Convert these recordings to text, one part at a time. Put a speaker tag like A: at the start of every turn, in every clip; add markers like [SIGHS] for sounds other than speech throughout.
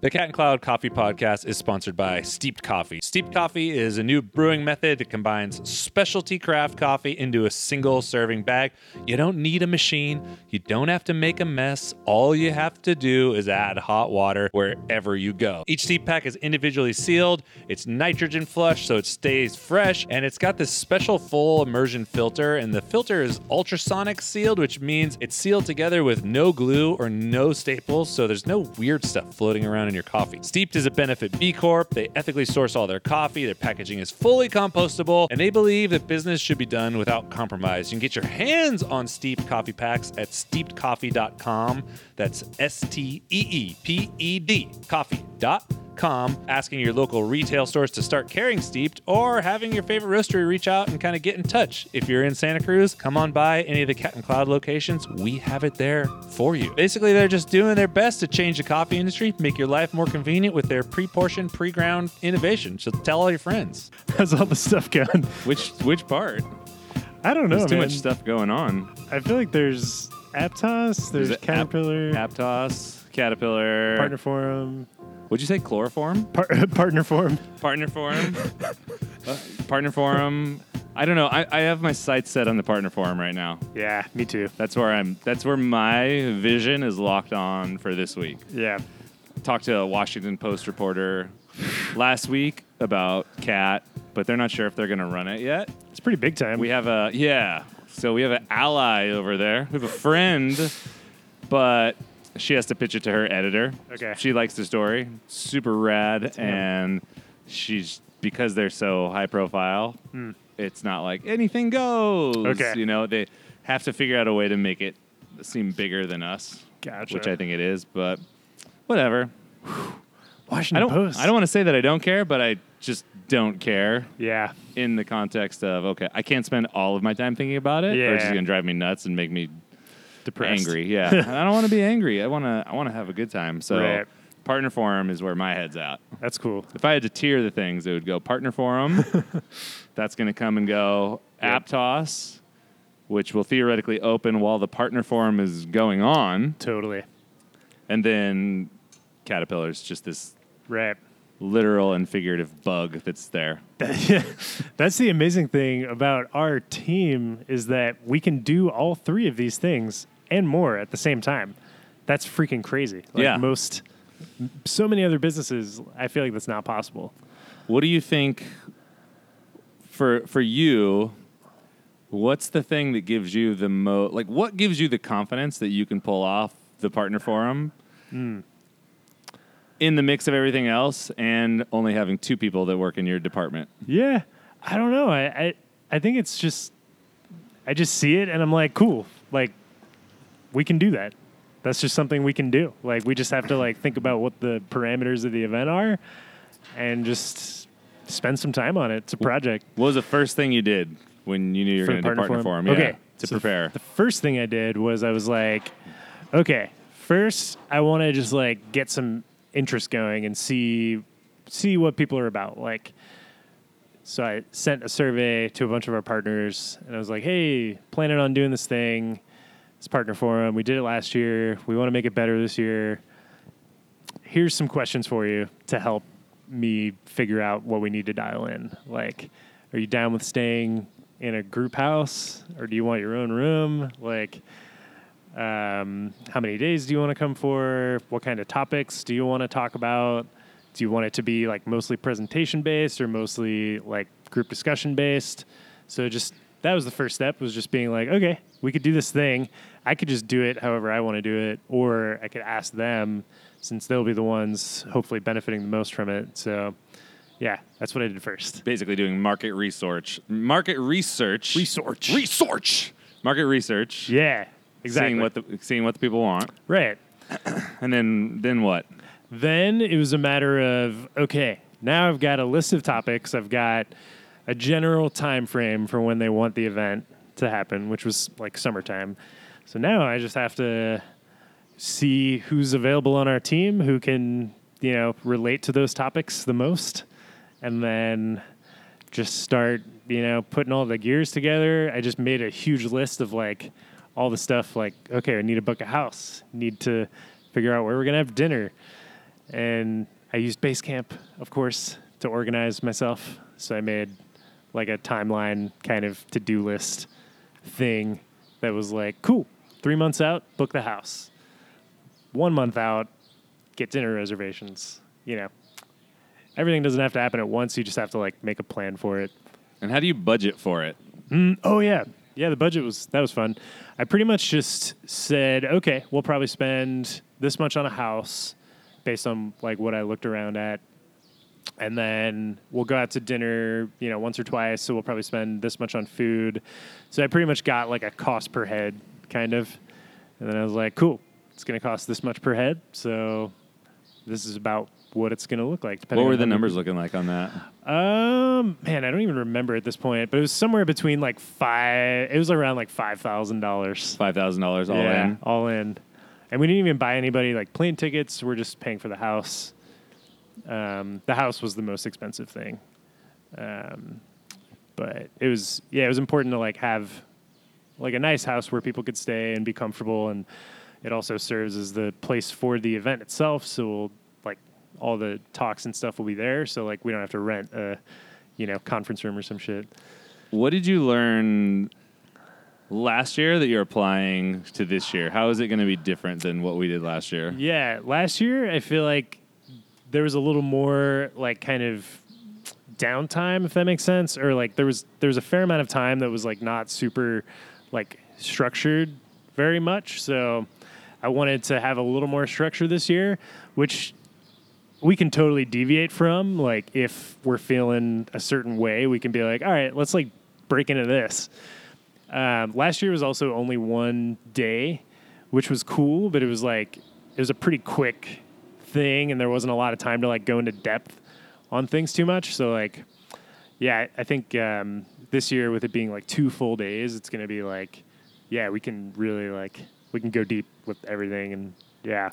A: The Cat and Cloud Coffee Podcast is sponsored by Steeped Coffee. Steeped Coffee is a new brewing method that combines specialty craft coffee into a single serving bag. You don't need a machine, you don't have to make a mess. All you have to do is add hot water wherever you go. Each steep pack is individually sealed, it's nitrogen flushed so it stays fresh, and it's got this special full immersion filter. And the filter is ultrasonic sealed, which means it's sealed together with no glue or no staples, so there's no weird stuff floating around in your coffee. Steeped is a benefit B Corp. They ethically source all their coffee, their packaging is fully compostable, and they believe that business should be done without compromise. You can get your hands on Steeped coffee packs at steepedcoffee.com. That's S T E E P E D coffee.com com, asking your local retail stores to start carrying Steeped, or having your favorite roastery reach out and kind of get in touch. If you're in Santa Cruz, come on by any of the Cat and Cloud locations. We have it there for you. Basically, they're just doing their best to change the coffee industry, make your life more convenient with their pre-portioned, pre-ground innovation. So tell all your friends.
B: How's all the stuff going?
C: Which which part?
B: I don't know.
A: Oh,
C: There's too
B: man.
C: much stuff going on.
B: I feel like there's Aptos, there's,
C: Ap-
B: Caterpillar,
C: Aptos, Caterpillar.
B: Partner Forum,
C: Would you say chloroform?
B: par- [LAUGHS] Partner Forum.
C: Partner forum. Uh, partner forum. I don't know. I, I have my sights set on the partner forum right now.
B: Yeah, me too.
C: That's where I'm. That's where my vision is locked on for this week.
B: Yeah.
C: Talked to a Washington Post reporter last week about Cat, but they're not sure if they're going to run it yet.
B: It's pretty big time.
C: We have a yeah. So we have an ally over there. We have a friend, but she has to pitch it to her editor.
B: Okay.
C: She likes the story. Super rad, and she's because they're so high profile. It's not like anything goes.
B: Hmm. Okay.
C: You know they have to figure out a way to make it seem bigger than us,
B: Gotcha.
C: which I think it is. But whatever.
B: Washington
C: I don't.
B: Post.
C: I don't want to say that I don't care, but I just don't care
B: Yeah.
C: in the context of okay, I can't spend all of my time thinking about it, or it's
B: Yeah.
C: just gonna drive me nuts and make me
B: Depressed.
C: angry. Yeah,
B: [LAUGHS]
C: And I don't want to be angry. I want to. I want to have a good time. So,
B: Right.
C: partner forum is where my head's at.
B: That's cool.
C: If I had to tier the things, it would go partner
B: [LAUGHS]
C: forum. that's gonna come and go.
B: Yep.
C: Aptos, which will theoretically open while the partner forum is going on,
B: Totally.
C: and then Caterpillar's just this
B: Right.
C: literal and figurative bug that's there.
B: That's the amazing thing about our team is that we can do all three of these things and more at the same time. That's freaking crazy. Like
C: Yeah.
B: Most, so many other businesses, I feel like that's not possible.
C: What do you think for for you? What's the thing that gives you the most? Like, what gives you the confidence that you can pull off the partner forum
B: Hmm.
C: in the mix of everything else, and only having two people that work in your department?
B: Yeah, I don't know. I, I I think it's just I just see it and I'm like, cool. Like we can do that. That's just something we can do. Like we just have to like think about what the parameters of the event are and just spend some time on it. It's a project.
C: What was the first thing you did when you knew you were
B: For
C: going
B: the
C: to do partner
B: partner
C: forum?
B: forum?
C: Yeah,
B: Okay.
C: to
B: So
C: prepare.
B: The first thing I did was I was like, okay, first I want to just like get some interest going and see see what people are about. Like so I sent a survey to a bunch of our partners and I was like, "Hey, planning on doing this thing. It's partner forum. We did it last year. We want to make it better this year. Here's some questions for you to help me figure out what we need to dial in. Like, are you down with staying in a group house or do you want your own room? Like, um, how many days do you want to come for? What kind of topics do you want to talk about? Do you want it to be like mostly presentation based or mostly like group discussion based? So just that was the first step was just being like, okay, we could do this thing. I could just do it however I want to do it, or I could ask them since they'll be the ones hopefully benefiting the most from it. So yeah, that's what I did first.
C: basically doing market research, market research,
B: Research.
C: research, market research.
B: Yeah, exactly.
C: Seeing what the seeing what the people want,
B: right.
C: and then then what?
B: Then it was a matter of okay, now I've got a list of topics. I've got a general time frame for when they want the event to happen, which was like summertime. So now I just have to see who's available on our team, who can, you know, relate to those topics the most, and then just start, you know, putting all the gears together. I just made a huge list of like all the stuff like okay, I need to book a house, need to figure out where we're going to have dinner and I used Basecamp, of course, to organize myself. So I made like a timeline kind of to do list thing that was like, cool, three months out, book the house. One month out, get dinner reservations. You know, everything doesn't have to happen at once. You just have to like make a plan for it.
C: And how do you budget for it?
B: Oh yeah, yeah. The budget was that was fun. I pretty much just said, okay, we'll probably spend this much on a house, based on like what I looked around at, and then we'll go out to dinner, you know, once or twice. So we'll probably spend this much on food. So I pretty much got like a cost per head kind of, and then I was like, cool, it's going to cost this much per head. So this is about what it's going to look like.
C: What
B: depending
C: were
B: on
C: the
B: how many-
C: numbers looking like on
B: [LAUGHS]
C: that?
B: um, man, I don't even remember at this point, but it was somewhere between like five. It was around like five thousand dollars.
C: Five thousand dollars all in.
B: all in, and we didn't even buy anybody like plane tickets. We're just paying for the house. Um, the house was the most expensive thing, um, but it was yeah, it was important to like have like a nice house where people could stay and be comfortable, and it also serves as the place for the event itself. So we'll, like all the talks and stuff will be there, so like we don't have to rent a you know conference room or some shit.
C: What did you learn last year that you're applying to this year? How is it going to be different than what we did last year?
B: Yeah, last year I feel like there was a little more like kind of downtime, if that makes sense, or like there was there was a fair amount of time that was like not super like structured very much. So I wanted to have a little more structure this year, which we can totally deviate from. Like if we're feeling a certain way, we can be like, all right, let's like break into this. Um, last year was also only one day, which was cool, but it was like it was a pretty quick thing, and there wasn't a lot of time to like go into depth on things too much. So like, yeah, I I think um, this year with it being like two full days, it's gonna be like, yeah, we can really like we can go deep with everything, and yeah,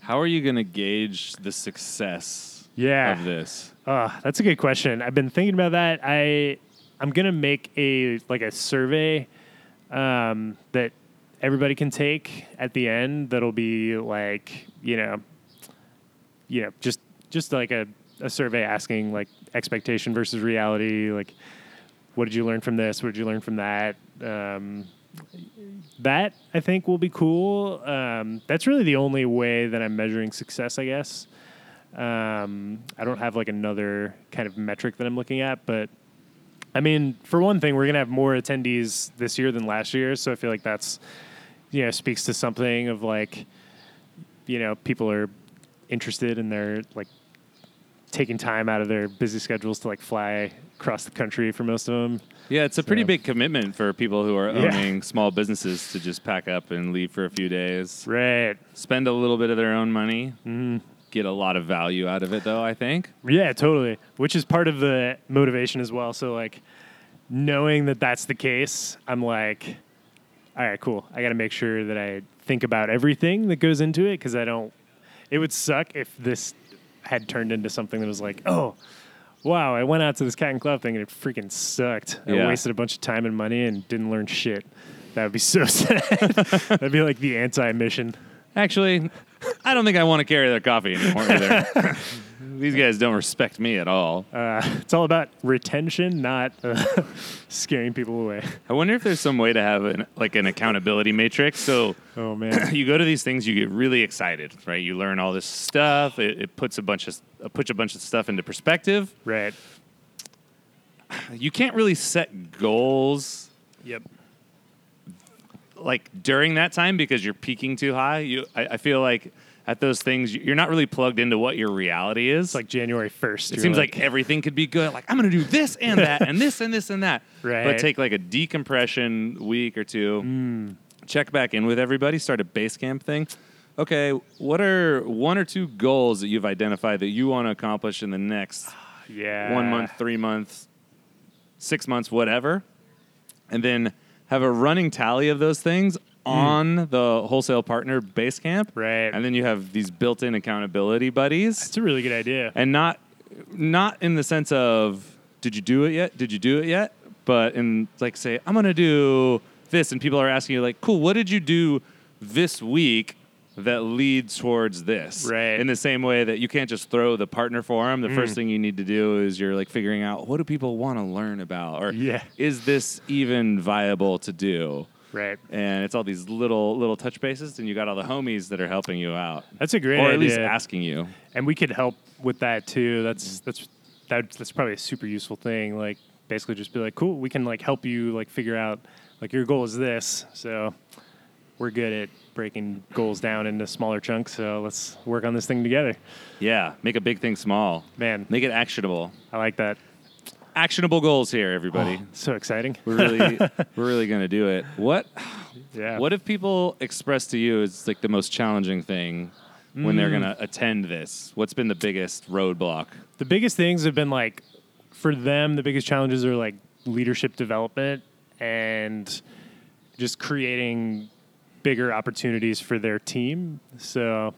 C: How are you going to gauge the success
B: yeah.
C: of this?
B: Uh, that's a good question. I've been thinking about that. I I'm gonna make a like a survey um, that everybody can take at the end. That'll be like you know, you know, just just like a, a survey asking like expectation versus reality. Like, what did you learn from this? What did you learn from that? Um, that I think will be cool. Um, that's really the only way that I'm measuring success, I guess. Um, I don't have like another kind of metric that I'm looking at, but I mean, for one thing, we're gonna have more attendees this year than last year, so I feel like that's you know speaks to something of like you know people are interested and they're like taking time out of their busy schedules to like fly across the country for most of them.
C: Yeah, it's a pretty
B: So-
C: big commitment for people who are
B: Yeah.
C: owning small businesses to just pack up and leave for a few days,
B: Right.
C: spend a little bit of their own money,
B: Mm-hmm.
C: get a lot of value out of it, though, I think.
B: Yeah, totally. Which is part of the motivation as well. So like knowing that that's the case, I'm like, all right, cool. I got to make sure that I think about everything that goes into it because I don't. It would suck if this had turned into something that was like, oh, wow, I went out to this cat and club thing and it freaking sucked. I
C: Yeah.
B: wasted a bunch of time and money and didn't learn shit. That would be so [LAUGHS] sad. That'd be like the anti-mission.
C: Actually, I don't think I want to carry their coffee anymore either. [LAUGHS] These guys don't respect me at all.
B: Uh, it's all about retention, not uh, [LAUGHS] scaring people away.
C: I wonder if there's some way to have an like an accountability matrix. So
B: Oh man.
C: you go to these things, you get really excited, right? You learn all this stuff. It, it puts a bunch of uh, puts a bunch of stuff into perspective.
B: right.
C: You can't really set goals
B: Yep.
C: like during that time because you're peaking too high. You, I, I feel like at those things, you're not really plugged into what your reality is.
B: It's like January 1st.
C: It seems like, everything could be good. Like I'm going to do this and that and this and this and
B: [LAUGHS]
C: that. But
B: Right. Mm.
C: take like a decompression week or two. Check back in with everybody. Start a base camp thing. Okay, what are one or two goals that you've identified that you want to accomplish in the
B: [SIGHS]
C: next
B: yeah.
C: one month, three months, six months, whatever, and then have a running tally of those things
B: Mm.
C: on the wholesale partner base camp.
B: Right.
C: And then you have these built-in accountability buddies
B: It's a really good idea.
C: and not not in the sense of did you do it yet did you do it yet but in like say i'm gonna do this and people are asking you like cool what did you do this week that lead towards this.
B: Right. Mm.
C: In the same way that you can't just throw the partner forum. The first thing you need to do is you're like figuring out what do people want to learn about, or
B: Yeah.
C: is this even viable to do?
B: Right.
C: And it's all these little little touch bases, and you got all the homies that are helping you out,
B: That's a great
C: or at
B: idea.
C: least asking you.
B: and we could help with that too. That's that's that, that's probably a super useful thing. Like basically just be like, cool, we can like help you like figure out like your goal is this. So we're good at breaking goals down into smaller chunks. So let's work on this thing together.
C: Yeah, make a big thing small.
B: Man.
C: make it actionable.
B: I like that.
C: Actionable goals here, everybody.
B: So exciting.
C: We're
B: [LAUGHS]
C: really we're really gonna do it. What
B: Yeah.
C: what if people express to you is like the most challenging thing when they're
B: Mm.
C: gonna attend this? What's been the biggest roadblock?
B: the biggest things have been like for them the biggest challenges are like leadership development and just creating bigger opportunities for their team so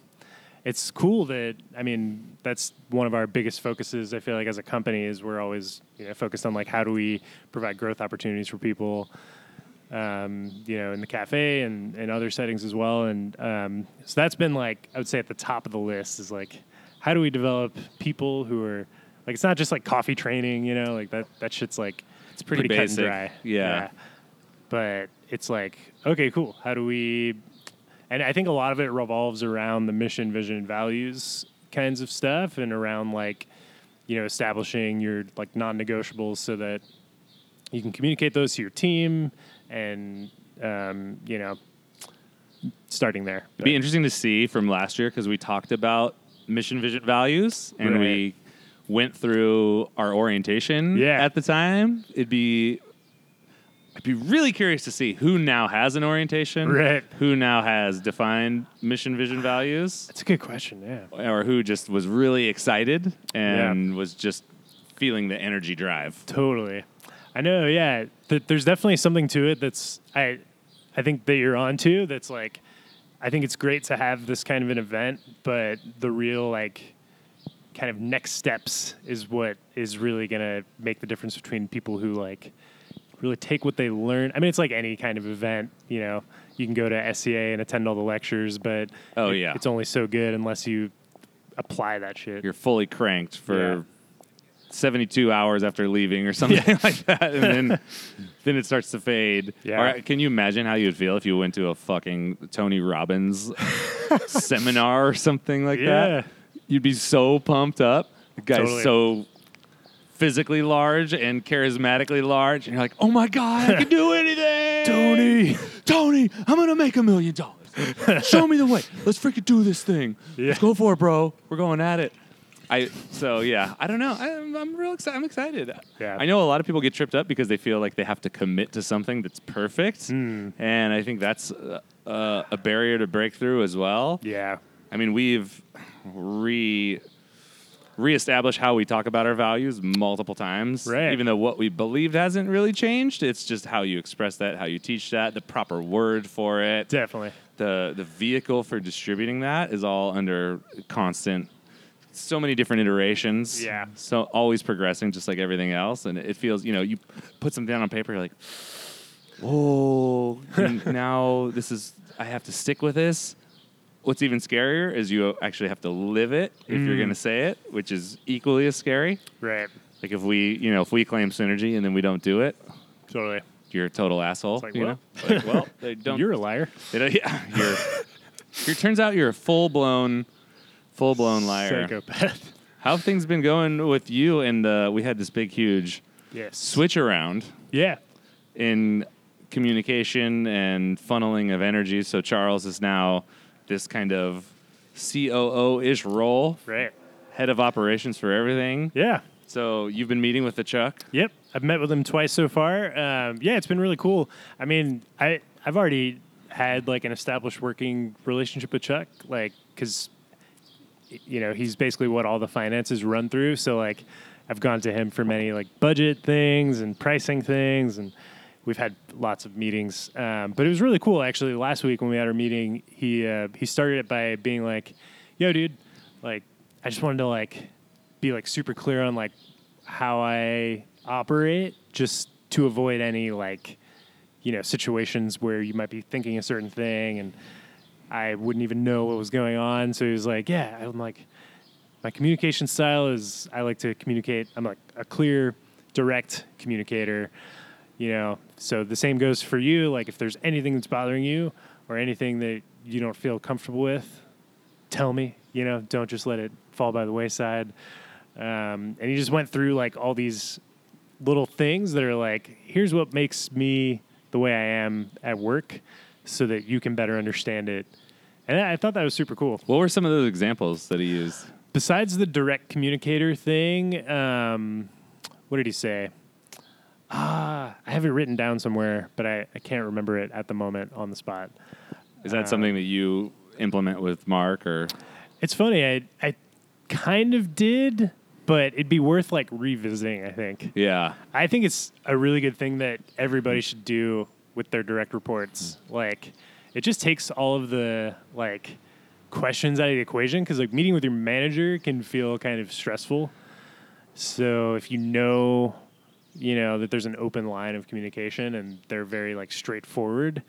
B: it's cool that i mean that's one of our biggest focuses i feel like as a company is we're always you know, focused on like how do we provide growth opportunities for people um, you know, in the cafe and, and other settings as well. And um, so that's been like, I would say at the top of the list is like, how do we develop people who are like, it's not just like coffee training, you know, like that, that shit's like, it's
C: pretty basic.
B: cut and dry.
C: Yeah.
B: But it's like, okay, cool. How do we, and I think a lot of it revolves around the mission, vision, and values kinds of stuff and around like, you know, establishing your like non-negotiables so that you can communicate those to your team and um, you know starting there
C: It'd be interesting to see from last year because we talked about mission, vision, values, and
B: Right.
C: we went through our orientation
B: Yeah.
C: at the time. It'd be I'd be really curious to see who now has an orientation,
B: Right.
C: who now has defined mission, vision, values.
B: that's a good question yeah
C: or who just was really excited and
B: Yeah.
C: was just feeling the energy drive.
B: totally i know yeah Th- there's definitely something to it that's i i think that you're on to that's like i think it's great to have this kind of an event but the real like kind of next steps is what is really going to make the difference between people who like really take what they learn. I mean, it's like any kind of event, you know, you can go to SCA and attend all the lectures, but
C: Oh,
B: it-
C: yeah.
B: it's only so good unless you apply that shit.
C: You're fully cranked for
B: Yeah.
C: 72 hours after leaving or something [LAUGHS] like that, and
B: [LAUGHS]
C: then then it starts to fade.
B: Yeah.
C: Or can you imagine how you'd feel if you went to a fucking Tony
B: [LAUGHS]
C: Robbins seminar or something like
B: yeah.
C: that? You'd be so pumped up. The guy's
B: Totally.
C: so physically large and charismatically large, and you're like, oh my god, I
B: [LAUGHS]
C: can do anything,
B: Tony.
C: Tony, I'm gonna make a million dollars. Show me the way. Let's freaking do this thing.
B: Yeah.
C: Let's go for it, bro. We're going at it. I so yeah. I don't know. I'm, I'm real excited. I'm excited.
B: Yeah.
C: I know a lot of people get tripped up because they feel like they have to commit to something that's perfect, and I think that's uh, uh, a barrier to breakthrough as well.
B: Yeah.
C: I mean, we've re reestablished how we talk about our values multiple times.
B: Right.
C: Even though what we believed hasn't really changed, it's just how you express that, how you teach that, the proper word for it,
B: Definitely.
C: the the vehicle for distributing that is all under constant so many different iterations.
B: Yeah.
C: So always progressing just like everything else and it feels, you know, you put something down on paper you're like oh, n- [LAUGHS] now this is I have to stick with this. What's even scarier is you actually have to live it if you're
B: Mm.
C: going to say it, which is equally as scary.
B: Right.
C: Like if we, you know, if we claim synergy and then we don't do it,
B: Totally.
C: you're a total asshole.
B: like,
C: you
B: well.
C: know? Like,
B: [LAUGHS]
C: well, they don't
B: You're a liar.
C: they don't- [LAUGHS] yeah, you're, you're- turns out you're a full blown, full blown liar.
B: Psychopath.
C: How have things been going with you? And uh, we had this big, huge
B: [LAUGHS] yes.
C: switch around
B: Yeah.
C: in communication and funneling of energy. So Charles is now this kind of COO ish role,
B: Right.
C: head of operations for everything.
B: Yeah.
C: So you've been meeting with the Chuck.
B: Yep, I've met with him twice so far. Um, yeah, it's been really cool. I mean, I I've already had like an established working relationship with Chuck, like because you know he's basically what all the finances run through. So like, I've gone to him for many like budget things and pricing things, and we've had lots of meetings. Um, but it was really cool actually. Last week when we had our meeting, he uh, he started it by being like, "Yo, dude, like I just wanted to like be like super clear on like how I operate just to avoid any like you know situations where you might be thinking a certain thing and I wouldn't even know what was going on. So he was like, yeah, I'm like, my communication style is I like to communicate. I'm like a clear, direct communicator, you know. So the same goes for you. Like if there's anything that's bothering you or anything that you don't feel comfortable with, tell me. You know, don't just let it fall by the wayside. Um, and he just went through like all these little things that are like, here's what makes me the way I am at work, so that you can better understand it. And I I thought that was super cool
C: What were some of those examples that he used?
B: besides the direct communicator thing, um, what did he say? Ah, I have it written down somewhere, but I, I can't remember it at the moment on the spot.
C: Is that something that you implement with Mark or?
B: It's funny, I I kind of did, but it'd be worth like revisiting, I think.
C: Yeah.
B: I think it's a really good thing that everybody should do with their direct reports.
C: Mm.
B: Like, it just takes all of the like questions out of the equation because like meeting with your manager can feel kind of stressful. So if you know, you know that there's an open line of communication and they're very like straightforward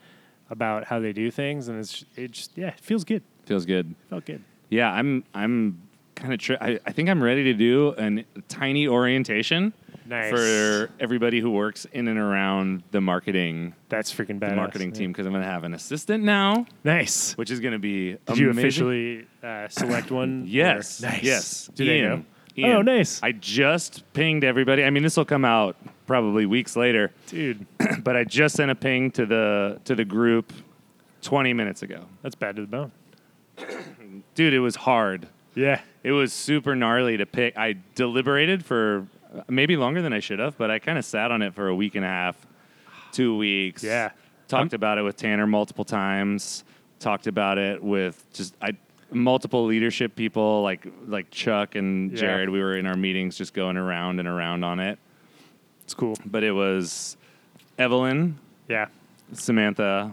B: about how they do things, and it's it just yeah, it feels good.
C: Feels good.
B: felt good.
C: Yeah, I'm I'm kind of tri- I, I think I'm ready to do an tiny orientation
B: Nice.
C: for everybody who works in and around the marketing
B: That's freaking badass.
C: the marketing team because I'm going to have an assistant now,
B: Nice.
C: which is going to be
B: Did you
C: amazing.
B: officially uh,
C: [LAUGHS]
B: select one? or-
C: Yes.
B: Nice.
C: Yes.
B: Do they
C: Ian.
B: know?
C: Ian.
B: Oh, nice.
C: I just pinged everybody. I mean, this will come out probably weeks later, [CLEARS THROAT]
B: Dude,
C: but I just sent a ping to the to the group 20 minutes ago.
B: that's bad to the bone.
C: Dude, it was hard.
B: Yeah.
C: It was super gnarly to pick. I deliberated for uh, maybe longer than I should have, but I kind of sat on it for a week and a half, two weeks.
B: Yeah.
C: Talked about it with Tanner multiple times. Talked about it with just I multiple leadership people like like Chuck and
B: Yeah.
C: Jared. We were in our meetings just going around and around on it.
B: It's cool.
C: But it was Evelyn,
B: Yeah.
C: Samantha,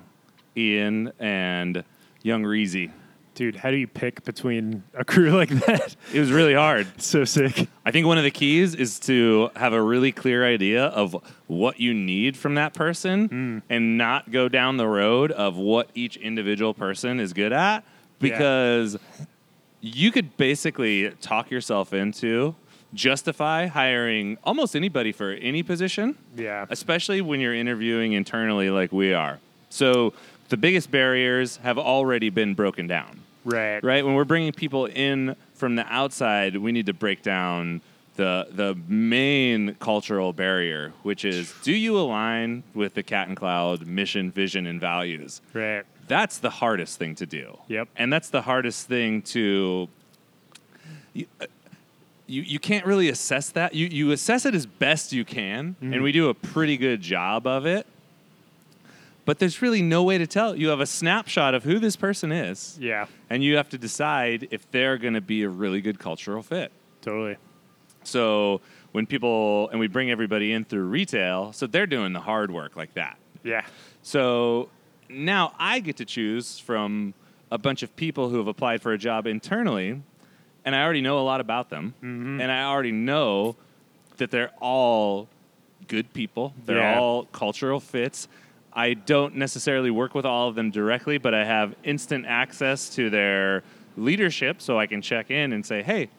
C: Ian, and young Reezy.
B: Dude, how do you pick between a crew [LAUGHS] like that?
C: It was really hard.
B: so sick.
C: I think one of the keys is to have a really clear idea of what you need from that person and not go down the road of what each individual person is good at because you could basically talk yourself into justify hiring almost anybody for any position
B: Yeah.
C: especially when you're interviewing internally like we are. So the biggest barriers have already been broken down
B: Right.
C: right? When we're bringing people in from the outside, we need to break down the the main cultural barrier, which is do you align with the Cat and Cloud mission, vision, and values?
B: Right.
C: That's the hardest thing to do.
B: Yep.
C: And that's the hardest thing to you, uh, you, you can't really assess that. You you assess it as best you can, and we do a pretty good job of it. But there's really no way to tell. You have a snapshot of who this person is
B: Yeah.
C: and you have to decide if they're going to be a really good cultural fit.
B: Totally.
C: So when people and we bring everybody in through retail, so they're doing the hard work like that.
B: Yeah.
C: So now I get to choose from a bunch of people who have applied for a job internally, and I already know a lot about them, and I already know that they're all good people. They're
B: Yeah.
C: all cultural fits. I don't necessarily work with all of them directly, but I have instant access to their leadership, so I can check in and say, "Hey,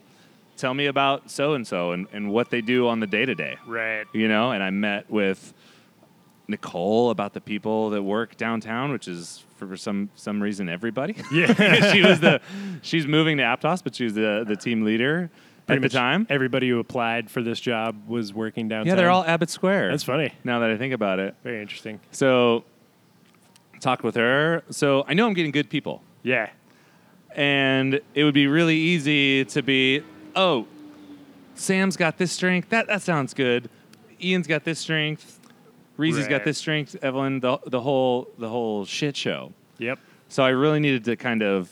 C: tell me about so and so and what they do on the day to day."
B: Right.
C: you know and i met with nicole about the people that work downtown which is for some some reason everybody
B: [LAUGHS]
C: [LAUGHS]
B: Yeah.
C: she was the she's moving to aptos but she was the the team leader at the time
B: Everybody who applied for this job was working downtown.
C: yeah they're all abbott square
B: That's funny.
C: now that i think about it
B: Very interesting.
C: so talked with her so i know i'm getting good people
B: Yeah.
C: and it would be really easy to be, oh, Sam's got this strength. That that sounds good. Ian's got this strength. Reezy's
B: Right.
C: got this strength. Evelyn, the the whole the whole shit show.
B: Yep.
C: So I really needed to kind of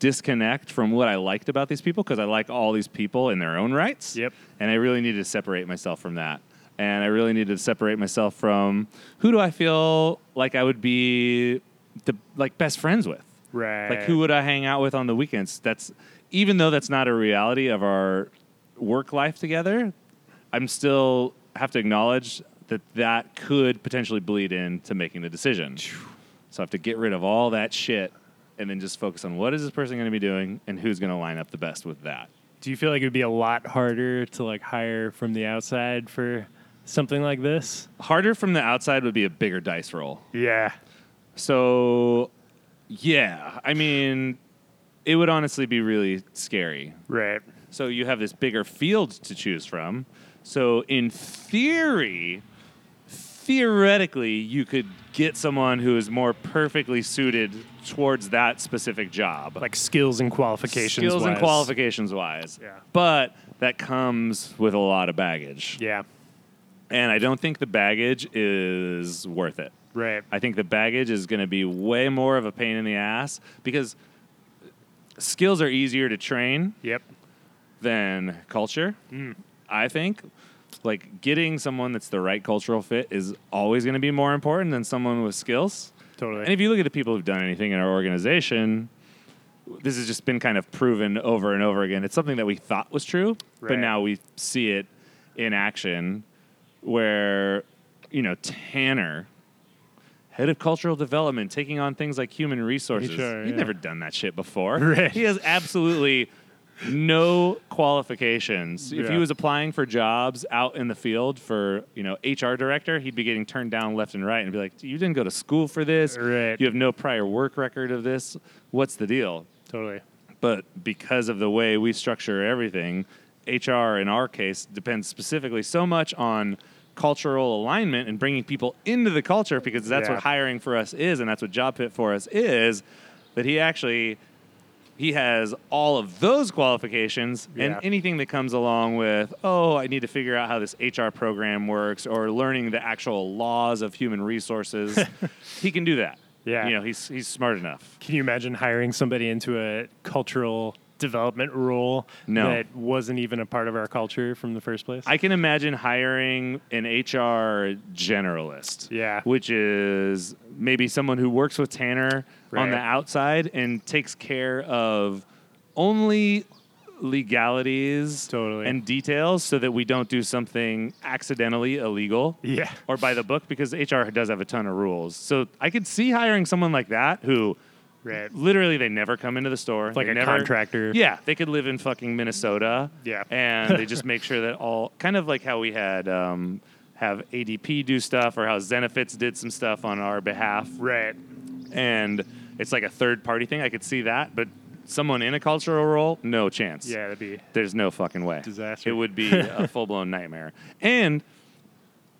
C: disconnect from what I liked about these people because I like all these people in their own rights.
B: Yep.
C: And I really needed to separate myself from that. And I really needed to separate myself from who do I feel like I would be the like best friends with.
B: Right.
C: Like who would I hang out with on the weekends? That's even though that's not a reality of our work life together, I'm still have to acknowledge that that could potentially bleed into making the decision. So I have to get rid of all that shit and then just focus on what is this person going to be doing and who's going to line up the best with that.
B: Do you feel like it would be a lot harder to like hire from the outside for something like this?
C: Harder from the outside would be a bigger dice roll.
B: Yeah.
C: So, yeah, I mean, it would honestly be really scary.
B: Right.
C: So you have this bigger field to choose from. So in theory, theoretically, you could get someone who is more perfectly suited towards that specific job.
B: Like skills and qualifications.
C: skills and
B: wise.
C: qualifications wise.
B: Yeah.
C: But that comes with a lot of baggage.
B: Yeah.
C: And I don't think the baggage is worth it.
B: Right.
C: I think the baggage is going to be way more of a pain in the ass because skills are easier to train
B: Yep.
C: than culture. I think like getting someone that's the right cultural fit is always going to be more important than someone with skills.
B: Totally.
C: And if you look at the people who've done anything in our organization, this has just been kind of proven over and over again. It's something that we thought was true, but
B: Right.
C: now we see it in action where, you know, Tanner, head of cultural development, taking on things like human resources.
B: HR,
C: He'd
B: yeah.
C: never done that shit before.
B: [LAUGHS] Right.
C: He has absolutely no qualifications. If he
B: Yeah.
C: was applying for jobs out in the field for, you know, HR director, he'd be getting turned down left and right and be like, "You didn't go to school for this.
B: Right.
C: You have no prior work record of this. What's the deal?"
B: totally.
C: But because of the way we structure everything, HR in our case depends specifically so much on cultural alignment and bringing people into the culture because that's
B: Yeah.
C: what hiring for us is and that's what job fit for us is that he actually he has all of those qualifications and
B: Yeah.
C: anything that comes along with oh i need to figure out how this hr program works or learning the actual laws of human
B: [LAUGHS]
C: resources he can do that
B: Yeah.
C: you know he's he's smart enough
B: Can you imagine hiring somebody into a cultural development role
C: No.
B: that wasn't even a part of our culture from the first place?
C: I can imagine hiring an HR generalist.
B: Yeah.
C: Which is maybe someone who works with Tanner on
B: Right.
C: the outside and takes care of only legalities
B: Totally.
C: and details so that we don't do something accidentally illegal
B: yeah.
C: or by the book because HR does have a ton of rules. So I could see hiring someone like that who
B: Right.
C: literally they never come into the store.
B: Like
C: They
B: a
C: never-
B: contractor.
C: Yeah, they could live in fucking Minnesota.
B: Yeah.
C: and they
B: [LAUGHS]
C: just make sure that all kind of like how we had um, have ADP do stuff or how Zenefits did some stuff on our behalf,
B: Right.
C: and it's like a third party thing. I could see that, but someone in a cultural role, no chance.
B: Yeah, that'd be
C: There's no fucking way.
B: Disaster.
C: It would be
B: [LAUGHS]
C: a full blown nightmare. And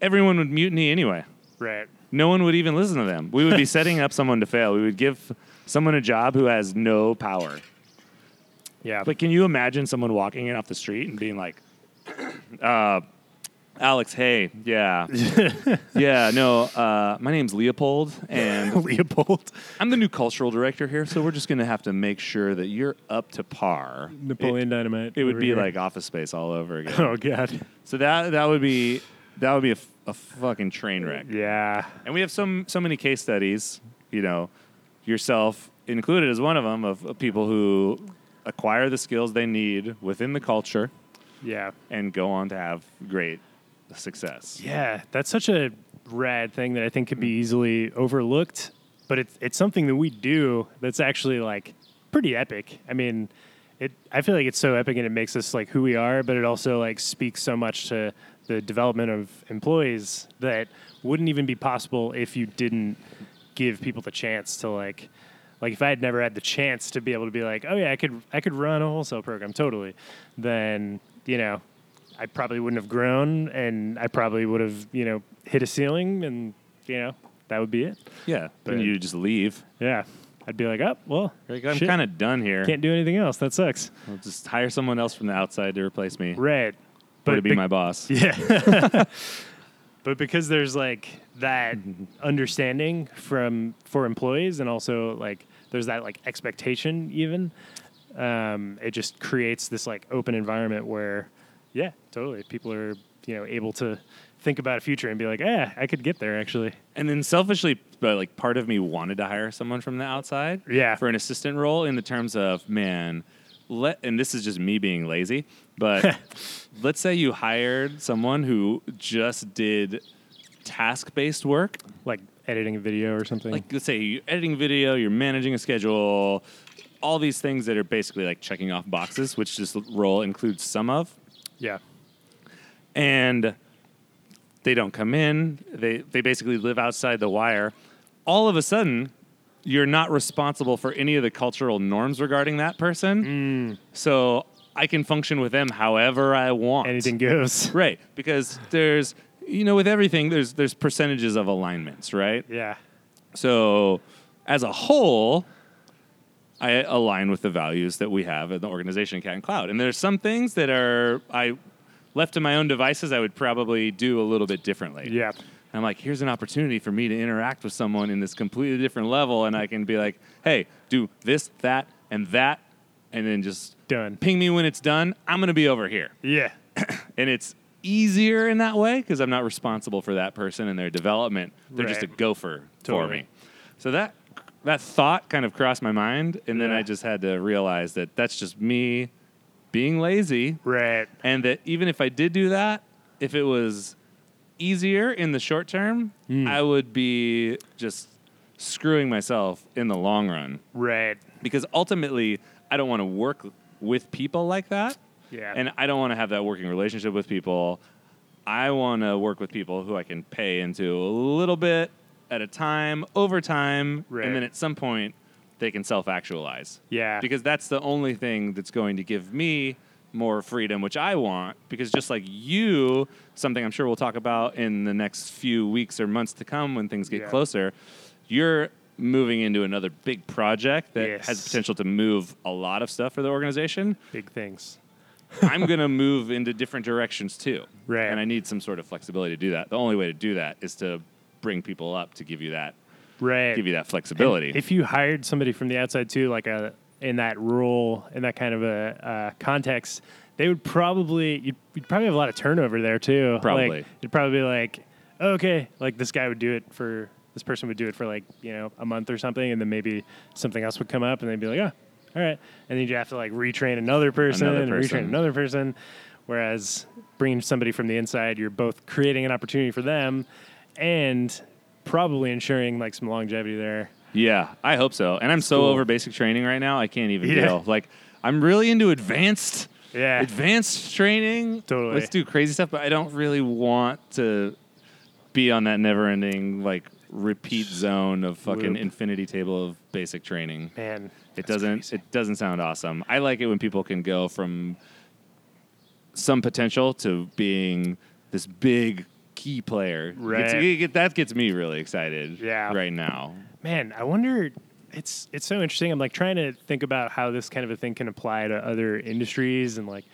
C: everyone would mutiny anyway.
B: right.
C: No one would even listen to them. We
B: [LAUGHS]
C: would be setting up someone to fail. We would give someone a job who has no power.
B: Yeah.
C: But can you imagine someone walking in off the street and being like, [CLEARS THROAT] uh, Alex, hey,
B: [LAUGHS]
C: yeah. yeah, no, uh, my name's Leopold, and
B: [LAUGHS] Leopold.
C: I'm the new cultural director here, so we're just going to have to make sure that you're up to par.
B: Napoleon Dynamite.
C: It would
B: over
C: be
B: here.
C: like office space all over again.
B: [LAUGHS] Oh god.
C: So that that would be that would be a, f- a fucking train wreck.
B: Yeah.
C: And we have some so many case studies, you know, yourself included as one of them of, of people who acquire the skills they need within the culture
B: Yeah.
C: and go on to have great success.
B: Yeah, that's such a rad thing that I think could be easily overlooked, but it's it's something that we do that's actually like pretty epic. I mean, it I feel like it's so epic and it makes us like who we are, but it also like speaks so much to the development of employees that wouldn't even be possible if you didn't give people the chance to like like if I had never had the chance to be able to be like, oh yeah, I could I could run a wholesale program totally, then you know, I probably wouldn't have grown, and I probably would have you know hit a ceiling, and you know that would be it.
C: Yeah. Then
B: But-
C: you just leave.
B: Yeah, I'd be like, oh well,
C: You're like, I'm
B: shit,
C: kind of done here.
B: can't do anything else. That sucks.
C: I'll just hire someone else from the outside to replace me.
B: Right,
C: Or to be
B: bec-
C: my boss.
B: Yeah. but because there's like
C: [LAUGHS]
B: that understanding from for employees and also like there's that like expectation even um it just creates this like open environment where yeah, totally people are you know able to think about a future and be like, "Yeah, I could get there actually."
C: And then selfishly, but like part of me wanted to hire someone from the outside.
B: Yeah.
C: For an assistant role in the terms of, man, let, and this is just me being lazy, but let's say you hired someone who just did task based work
B: Like editing a video or something.
C: like let's say you're editing video, you're managing a schedule, all these things that are basically like checking off boxes, which this role includes some of,
B: yeah.
C: and they don't come in. They they basically live outside the wire. All of a sudden, you're not responsible for any of the cultural norms regarding that person. So I can function with them however I want. [LAUGHS]
B: Anything goes.
C: Right, because there's you know with everything there's there's percentages of alignments, right?
B: Yeah.
C: So, as a whole, I align with the values that we have in the organization, Cat and Cloud. And there's some things that are I left to my own devices, I would probably do a little bit differently.
B: Yeah.
C: I'm like, here's an opportunity for me to interact with someone in this completely different level, and I can be like, hey, do this, that, and that, and then just
B: Done.
C: ping me when it's done. I'm gonna be over here,
B: Yeah.
C: and it's easier in that way because I'm not responsible for that person and their development. They're just a
B: Right.
C: gopher for
B: Totally.
C: me. So that that thought kind of crossed my mind, and then
B: Yeah.
C: I just had to realize that that's just me being lazy,
B: Right.
C: and that even if I did do that, if it was easier in the short term,
B: Hmm.
C: I would be just screwing myself in the long run
B: Right.
C: because ultimately I don't want to work with people like that.
B: Yeah.
C: And I don't want to have that working relationship with people. I want to work with people who I can pay into a little bit at a time, over time,
B: Right.
C: and then at some point they can self actualize.
B: Yeah.
C: Because that's the only thing that's going to give me more freedom, which I want. Because just like you, something I'm sure we'll talk about in the next few weeks or months to come when things get
B: Yeah.
C: closer, you're moving into another big project that has
B: Yes.
C: potential to move a lot of stuff for the organization. [LAUGHS]
B: Big things.
C: I'm going to move into different directions too.
B: Right.
C: And I need some sort of flexibility to do that. The only way to do that is to bring people up to give you that
B: Right.
C: give you that flexibility.
B: If you hired somebody from the outside too, like a in that rural in that kind of a uh, context, they would probably you'd, you'd probably have a lot of turnover there too. Like,
C: Probably.
B: it'd probably be like okay, like this guy would do it for this person would do it for like you know a month or something, and then maybe something else would come up, and they'd be like, oh, all right, and then you'd have to like retrain another person,
C: Another
B: and
C: person.
B: retrain another person. Whereas bringing somebody from the inside, you're both creating an opportunity for them, and probably ensuring like some longevity there.
C: Yeah, I hope so. And I'm so
B: Cool.
C: over basic training right now, I can't even
B: Yeah.
C: deal. Like, I'm really into advanced,
B: Yeah.
C: advanced training.
B: Totally.
C: Let's do crazy stuff, but I don't really want to be on that never-ending like repeat zone of fucking
B: Loop.
C: infinity table of basic training.
B: Man,
C: It doesn't. It doesn't sound awesome. I like it when people can go from some potential to being this big key player. It gets-
B: Right.
C: it get- that gets me really excited.
B: Yeah.
C: Right now.
B: man, I wonder. It's it's so interesting. I'm like trying to think about how this kind of a thing can apply to other industries and like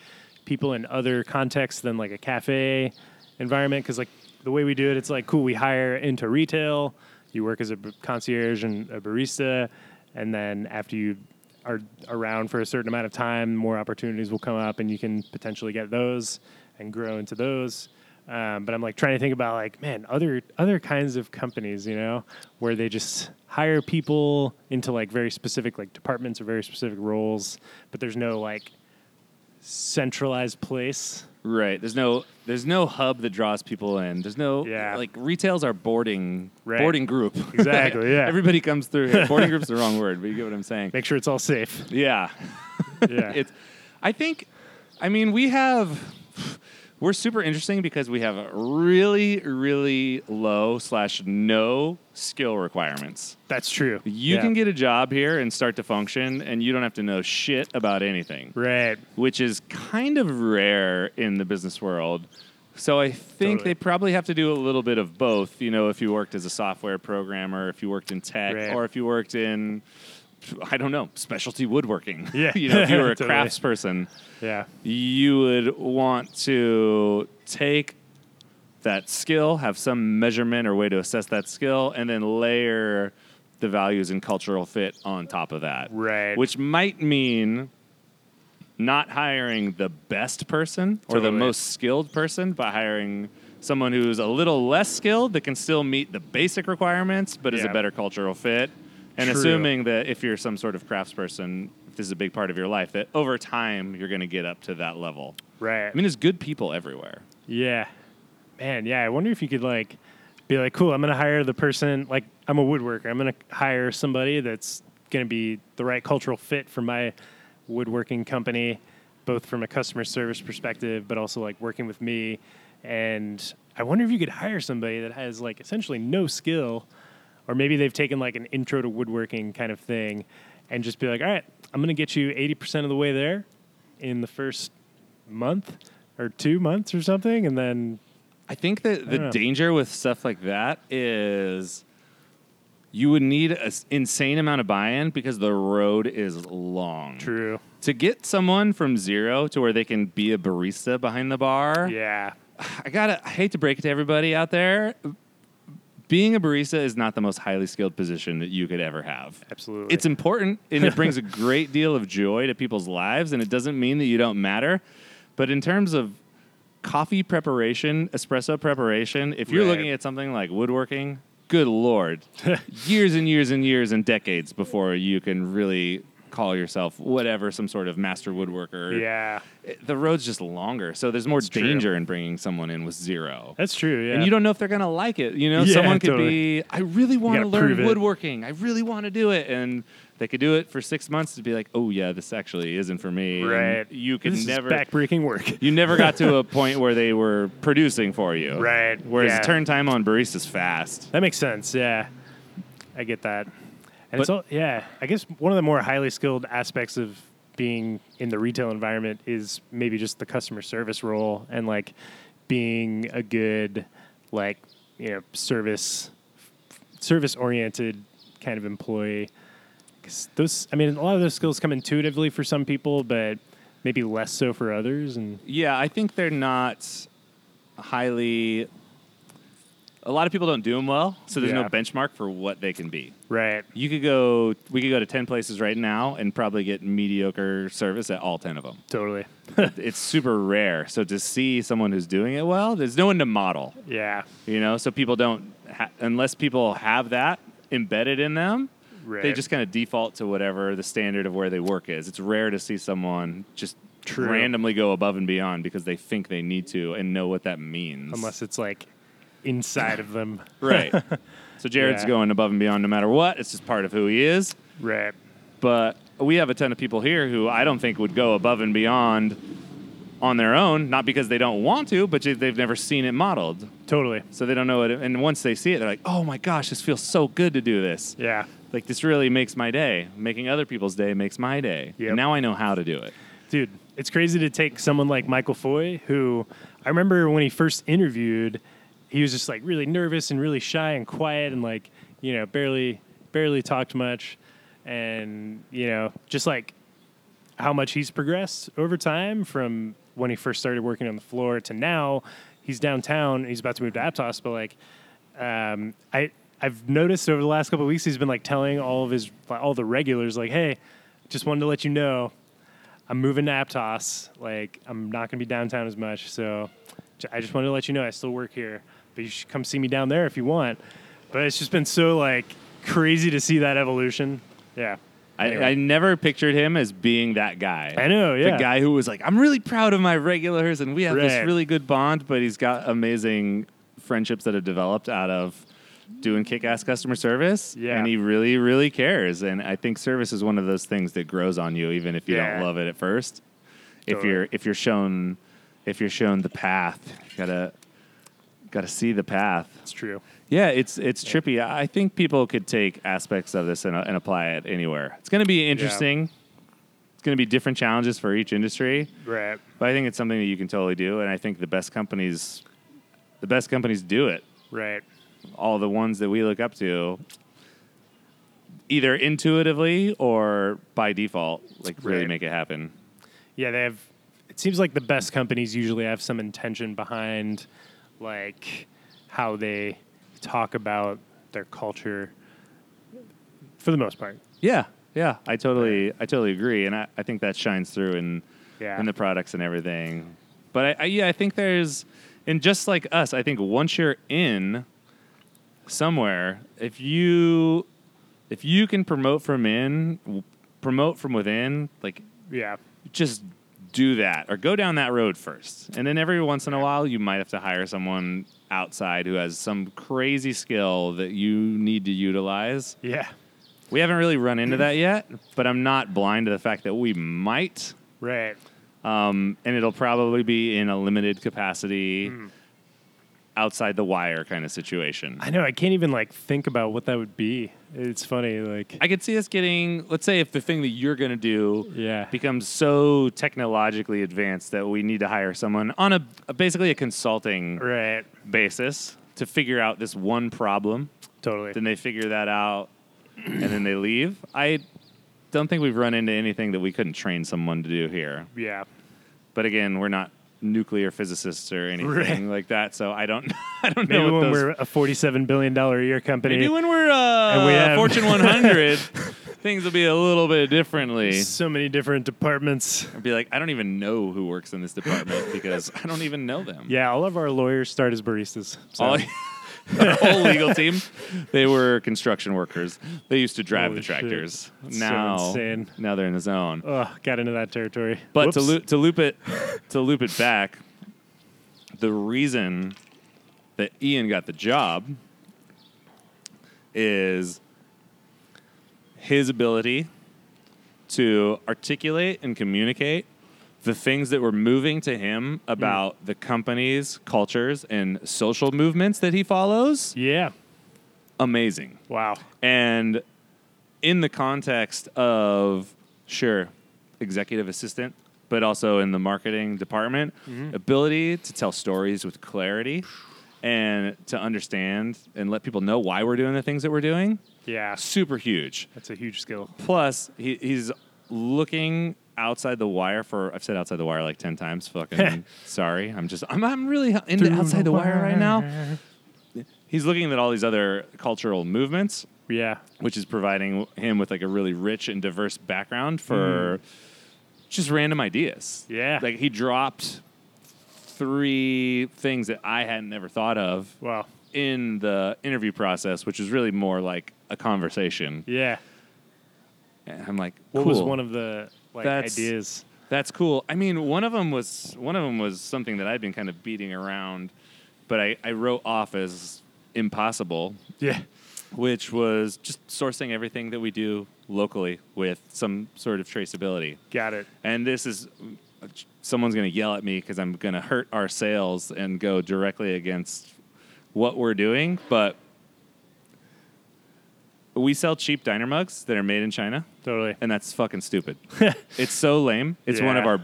B: people in other contexts than like a cafe environment. Because like the way we do it, it's like cool. We hire into retail. You work as a b- concierge and a barista, and then after you are around for a certain amount of time, more opportunities will come up, and you can potentially get those and grow into those. Um, but I'm like trying to think about like, man, other other kinds of companies, you know, where they just hire people into like very specific like departments or very specific roles, but there's no like centralized place.
C: Right. There's no there's no hub that draws people in. There's no
B: Yeah.
C: like retail's our boarding
B: Right.
C: boarding group. [LAUGHS]
B: Exactly, yeah.
C: Everybody comes through here.
B: [LAUGHS]
C: Boarding group's the wrong word, but you get what I'm saying.
B: Make sure it's
C: [LAUGHS]
B: all safe.
C: Yeah.
B: Yeah.
C: It's I think I mean we have we're super interesting because we have really, really low slash no skill requirements.
B: That's true.
C: You
B: Yeah.
C: can get a job here and start to function and you don't have to know shit about anything
B: right.
C: which is kind of rare in the business world. So I think
B: Totally.
C: they probably have to do a little bit of both. You know, if you worked as a software programmer, if you worked in tech,
B: Right.
C: or if you worked in, I don't know, specialty woodworking.
B: Yeah.
C: [LAUGHS] you know, if you were a
B: [LAUGHS] Totally.
C: craftsperson,
B: Yeah.
C: you would want to take that skill, have some measurement or way to assess that skill, and then layer the values and cultural fit on top of that.
B: Right.
C: Which might mean not hiring the best person or the
B: Totally.
C: most skilled person, but hiring someone who's a little less skilled that can still meet the basic requirements, but is a
B: Yeah.
C: better cultural fit. And
B: True.
C: assuming that if you're some sort of craftsperson, if this is a big part of your life, that over time you're going to get up to that level.
B: Right.
C: I mean, there's good people everywhere.
B: Yeah. Man, yeah, I wonder if you could like be like, cool, I'm going to hire the person, like, I'm a woodworker. I'm going to hire somebody that's going to be the right cultural fit for my woodworking company, both from a customer service perspective, but also like working with me. And I wonder if you could hire somebody that has like essentially no skill, or maybe they've taken like an intro to woodworking kind of thing and just be like, all right, I'm going to get you 80% of the way there in the first month or two months or something. And then
C: I think that the
B: know.
C: danger with stuff like that is you would need an insane amount of buy-in because the road is long.
B: true.
C: To get someone from zero to where they can be a barista behind the bar,
B: Yeah.
C: I gotta I hate to break it to everybody out there. Being a barista is not the most highly skilled position that you could ever have.
B: Absolutely.
C: It's important and it
B: [LAUGHS]
C: brings a great deal of joy to people's lives, and it doesn't mean that you don't matter. But in terms of coffee preparation, espresso preparation, if you're
B: Right.
C: looking at something like woodworking, good
B: [LAUGHS]
C: lord, years and years and years and decades before you can really call yourself whatever some sort of master woodworker.
B: yeah.
C: It- the road's just longer, so there's more
B: true.
C: danger in bringing someone in with zero.
B: That's true. Yeah.
C: And you don't know if they're gonna like it. You know,
B: Yeah,
C: someone could
B: totally.
C: be, I really want to
B: gotta
C: learn
B: prove it.
C: woodworking. I really want to do it, and they could do it for six months to be like, oh yeah, this actually isn't for me. And
B: right.
C: you could
B: this is
C: never.
B: backbreaking work.
C: you never got to
B: [LAUGHS]
C: a point where they were producing for you.
B: Right,
C: Whereas
B: yeah.
C: turn time on barista's fast.
B: That makes sense. Yeah, I get that. And it's all yeah. I guess one of the more highly skilled aspects of being in the retail environment is maybe just the customer service role and like being a good like you know service service oriented kind of employee. 'Cause those, I mean, a lot of those skills come intuitively for some people, but maybe less so for others. And
C: Yeah, I think they're not highly. A lot of people don't do them well, so there's no
B: Yeah.
C: benchmark for what they can be.
B: right,
C: You could go. We could go to ten places right now and probably get mediocre service at all ten of
B: [LAUGHS]
C: them.
B: totally.
C: it's super rare. So to see someone who's doing it well, there's no one to model.
B: yeah,
C: You know, so people don't ha- unless people have that embedded in them. They
B: Right.
C: just kind of default to whatever the standard of where they work is. It's rare to see someone just
B: True.
C: randomly go above and beyond because they think they need to and know what that means.
B: unless it's like inside of them.
C: right. So Jared's
B: Yeah.
C: going above and beyond no matter what. It's just part of who he is.
B: [LAUGHS] Right.
C: but we have a ton of people here who I don't think would go above and beyond on their own, not because they don't want to, but ju- they've never seen it modeled.
B: Totally.
C: So they don't know it. And once they see it, they're like, oh my gosh, this feels so good to do this.
B: Yeah.
C: Like, this really makes my day. Making other people's day makes my day.
B: Yep.
C: Now I know how to do it.
B: Dude, it's crazy to take someone like Michael Foy, who I remember when he first interviewed, he was just like really nervous and really shy and quiet and like, you know, barely barely talked much and, you know, just like how much he's progressed over time from when he first started working on the floor to now. He's downtown. and He's about to move to Aptos, but like, um, I I've noticed over the last couple of weeks he's been like telling all of his all the regulars like, hey, just wanted to let you know I'm moving to Aptos. Like I'm not gonna be downtown as much, so j- I just wanted to let you know I still work here, but you should come see me down there if you want. But it's just been so like crazy to see that evolution. Yeah.
C: I,
B: Anyway.
C: I never pictured him as being that guy.
B: I know, yeah.
C: The guy who was like, I'm really proud of my regulars and we have this
B: Right.
C: really good bond, but he's got amazing friendships that have developed out of doing kick ass customer service.
B: Yeah.
C: And he really, really cares. And I think service is one of those things that grows on you even if you don't
B: Yeah.
C: love it at first. If
B: Totally.
C: you're if you're shown if you're shown the path, you gotta gotta see the path.
B: It's true.
C: Yeah, it's it's trippy. I think people could take aspects of this and, uh, and apply it anywhere. It's going to be interesting. It's going to be different challenges for each industry,
B: Right.
C: but I think it's something that you can totally do. And I think the best companies, the best companies do it.
B: Right.
C: All the ones that we look up to, either intuitively or by default, like really
B: Right.
C: make it happen.
B: Yeah, they have. It seems like the best companies usually have some intention behind, like how they talk about their culture. For the most part,
C: Yeah, yeah, I totally, I totally agree, and I, I think that shines through in
B: Yeah.
C: in the products and everything. But I, I, yeah, I think there's, and just like us, I think once you're in somewhere, if you if you can promote from in, w- promote from within, like
B: yeah,
C: just do that or go down that road first. And then every once in a while, you might have to hire someone outside who has some crazy skill that you need to utilize.
B: Yeah.
C: We haven't really run into that yet, but I'm not blind to the fact that we might.
B: Right.
C: Um, and it'll probably be in a limited capacity, outside the wire kind of situation.
B: I know. I can't even like think about what that would be. It's funny. Like,
C: I could see us getting, let's say, if the thing that you're going to do
B: Yeah.
C: becomes so technologically advanced that we need to hire someone on a, a- basically a consulting
B: right.
C: basis to figure out this one problem.
B: Totally.
C: Then they figure that out and then they leave. I don't think we've run into anything that we couldn't train someone to do here.
B: yeah.
C: But again, we're not nuclear physicists or anything
B: Right.
C: like that, so I don't [LAUGHS] I don't
B: Maybe
C: know what
B: when
C: those
B: we're a forty-seven billion dollar a year company.
C: [LAUGHS] Maybe when we're uh,
B: And we have- [LAUGHS]
C: Fortune 100, things will be a little bit differently.
B: so many different departments.
C: I'd be like, I don't even know who works in this
B: [LAUGHS]
C: department because I don't even know them.
B: Yeah, all of our lawyers start as baristas. So. [LAUGHS]
C: All, [LAUGHS] our whole legal team, they were construction workers. They used to drive
B: Holy
C: the tractors.
B: shit. So
C: Now,
B: insane.
C: now they're in the zone.
B: Ugh, got into that territory.
C: But to,
B: Whoops.
C: loo- to loop it, to loop it back, the reason that Ian got the job is his ability to articulate and communicate the things that were moving to him about the company's cultures and social movements that he follows.
B: yeah,
C: Amazing.
B: wow,
C: And in the context of, sure, executive assistant, but also in the marketing department, ability to tell stories with clarity and to understand and let people know why we're doing the things that we're doing,
B: yeah,
C: super huge.
B: that's a huge skill.
C: Plus, he, he's looking outside the wire for I've said outside the wire like 10 times [LAUGHS] fucking sorry I'm just I'm I'm really into outside the wire right now he's looking at all these other cultural movements
B: Yeah,
C: which is providing him with like a really rich and diverse background for just random ideas.
B: Mm-hmm. Yeah.
C: Like he dropped three things that I hadn't ever thought of
B: wow,
C: in the interview process, which is really more like a conversation.
B: yeah.
C: And I'm like,
B: What
C: cool.
B: was one of the like
C: That's-
B: ideas?
C: That's cool. I mean, one of them was one of them was something that I'd been kind of beating around, but I, I wrote off as impossible
B: Yeah,
C: which was just sourcing everything that we do locally with some sort of traceability.
B: got it.
C: And this is someone's going to yell at me because I'm going to hurt our sales and go directly against what we're doing. But we sell cheap diner mugs that are made in China,
B: Totally.
C: and that's fucking stupid. it's so lame. It's one of
B: Yeah.
C: our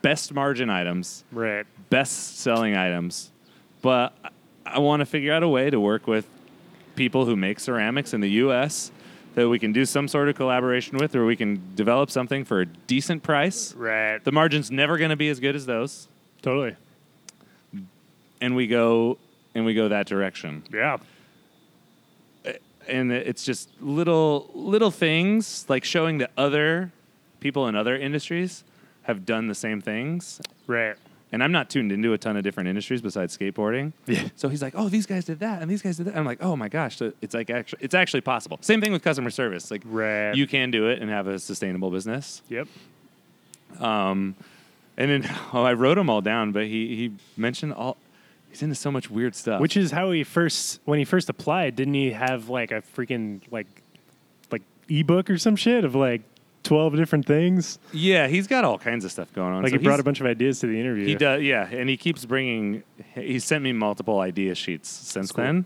C: best margin items
B: Right.
C: best selling items, but I- I want to figure out a way to work with people who make ceramics in the US that we can do some sort of collaboration with or we can develop something for a decent price.
B: Right.
C: The margin's never going to be as good as those,
B: totally.
C: and we go and we go that direction.
B: Yeah.
C: And it's just little little things like showing that other people in other industries have done the same things
B: Right.
C: And I'm not tuned into a ton of different industries besides skateboarding.
B: Yeah.
C: So he's like, "Oh, these guys did that, and these guys did that." I'm like, "Oh my gosh, so it's like actually, it's actually possible." Same thing with customer service. Like,
B: Right.
C: you can do it and have a sustainable business.
B: Yep.
C: And then, [LAUGHS] oh, I wrote them all down, but he he mentioned all. He's into so much weird stuff.
B: Which is how he first when he first applied, didn't he have like a freaking like like ebook or some shit of like twelve different things?
C: yeah, he's got all kinds of stuff going on.
B: Like
C: So
B: he brought
C: he's-
B: a bunch of ideas to the interview.
C: He does, yeah, and he keeps bringing. He sent me multiple idea sheets since
B: cool.
C: then,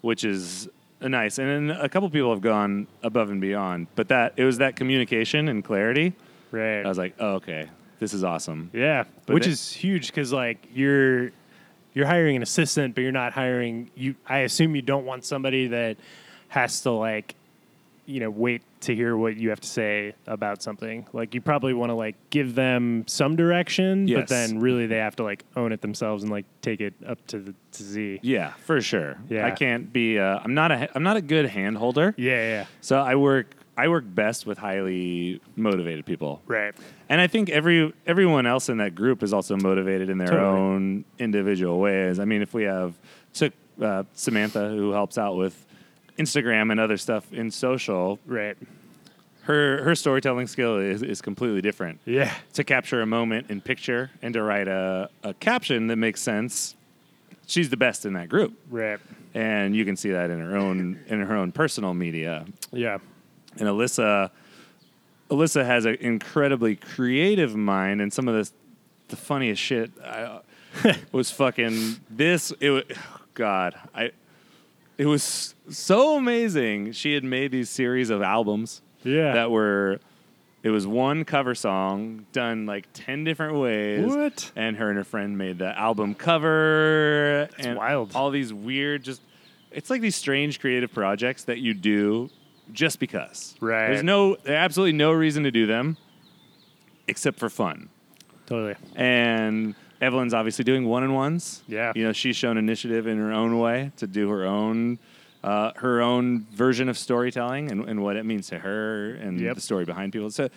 C: which is nice. And then a couple people have gone above and beyond, but that it was that communication and clarity.
B: Right.
C: I was like, oh, okay, this is awesome.
B: yeah,
C: But
B: which
C: it-
B: is huge because like you're you're hiring an assistant, but you're not hiring you. I assume you don't want somebody that has to like you know wait to hear what you have to say about something. Like you probably want to like give them some direction,
C: Yes.
B: but then really they have to like own it themselves and like take it up to the to Z.
C: Yeah, for sure.
B: Yeah.
C: I can't be. Uh, I'm not a. I'm not a good hand holder.
B: Yeah, yeah,
C: So I work. I work best with highly motivated people.
B: right.
C: And I think every everyone else in that group is also motivated in their
B: Totally.
C: own individual ways. I mean, if we have took uh, Samantha who helps out with Instagram and other stuff in social,
B: Right.
C: her her storytelling skill is, is completely different.
B: Yeah.
C: To capture a moment in picture and to write a, a caption that makes sense, she's the best in that group.
B: Right.
C: And you can see that in her own in her own personal media.
B: Yeah.
C: And Alyssa Alyssa has an incredibly creative mind and some of the the funniest shit
B: [LAUGHS]
C: I, was fucking this it was, god I it was so amazing. She had made these series of albums
B: Yeah.
C: that were it was one cover song done like 10 different ways
B: What?
C: and her and her friend made the album cover That's and
B: wild.
C: all these weird just it's like these strange creative projects that you do just because
B: Right.
C: there's no there's absolutely no reason to do them except for fun
B: totally.
C: and Evelyn's obviously doing one on ones.
B: Yeah.
C: you know she's shown initiative in her own way to do her own, uh, her own version of storytelling and, and what it means to her and
B: Yep.
C: the story behind people. So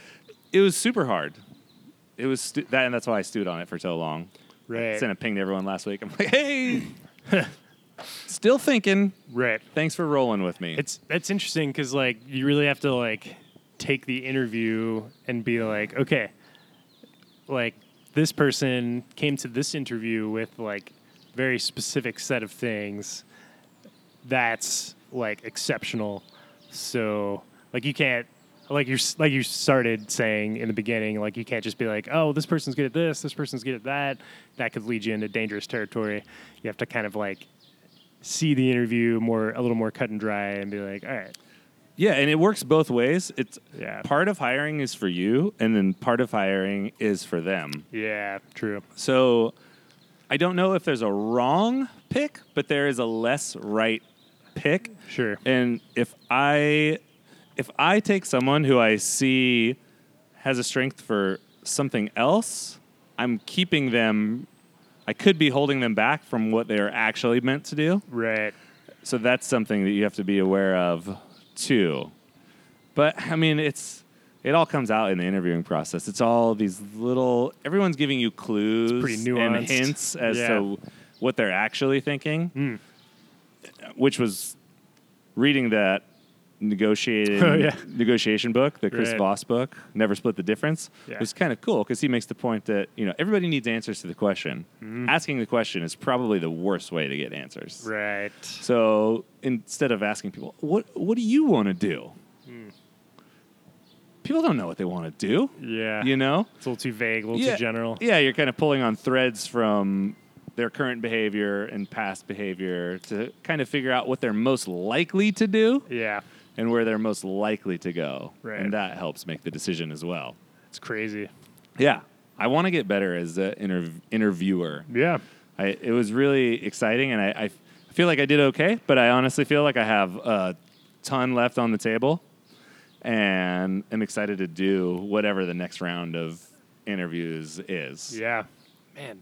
C: it was super hard. It was stu- that, and that's why I stewed on it for so long.
B: Right.
C: Sent a ping to everyone last week. I'm like, hey, [LAUGHS] still thinking.
B: Right.
C: Thanks for rolling with me.
B: It's that's interesting because like you really have to like take the interview and be like, okay, like this person came to this interview with like very specific set of things that's like exceptional. So like you can't like you are like you started saying in the beginning like you can't just be like oh this person's good at this this person's good at that that could lead you into dangerous territory you have to kind of like see the interview more a little more cut and dry and be like, all right,
C: Yeah, and it works both ways. It's
B: Yeah.
C: part of hiring is for you, and then part of hiring is for them.
B: yeah, true,
C: So I don't know if there's a wrong pick, but there is a less right pick.
B: Sure.
C: And if I if I take someone who I see has a strength for something else, I'm keeping them I could be holding them back from what they are actually meant to do.
B: right,
C: So that's something that you have to be aware of too. But I mean, it's it all comes out in the interviewing process. It's all these little everyone's giving you clues
B: pretty
C: and
B: nuanced.
C: hints as
B: Yeah. Hmm.
C: to what they're actually thinking. Which was reading that negotiated
B: [LAUGHS] Oh, yeah.
C: negotiation book, the Chris
B: Right.
C: Voss book, Never Split the Difference.
B: Yeah.
C: was kind of cool because he makes the point that, you know, everybody needs answers to the question.
B: Hmm.
C: Asking the question is probably the worst way to get answers.
B: right,
C: So instead of asking people, what what do you want to do?
B: Hmm.
C: People don't know what they want to do.
B: yeah.
C: You know?
B: it's a little too vague, a little too general.
C: Yeah, you're kind of pulling on threads from their current behavior and past behavior to kind of figure out what they're most likely to do
B: Yeah,
C: and where they're most likely to go.
B: Right.
C: And that helps make the decision as well.
B: it's crazy.
C: Yeah. I want to get better as an interv- interviewer.
B: Yeah,
C: I, it was really exciting, and I, I f- feel like I did okay, but I honestly feel like I have a ton left on the table, and am excited to do whatever the next round of interviews is.
B: yeah, man,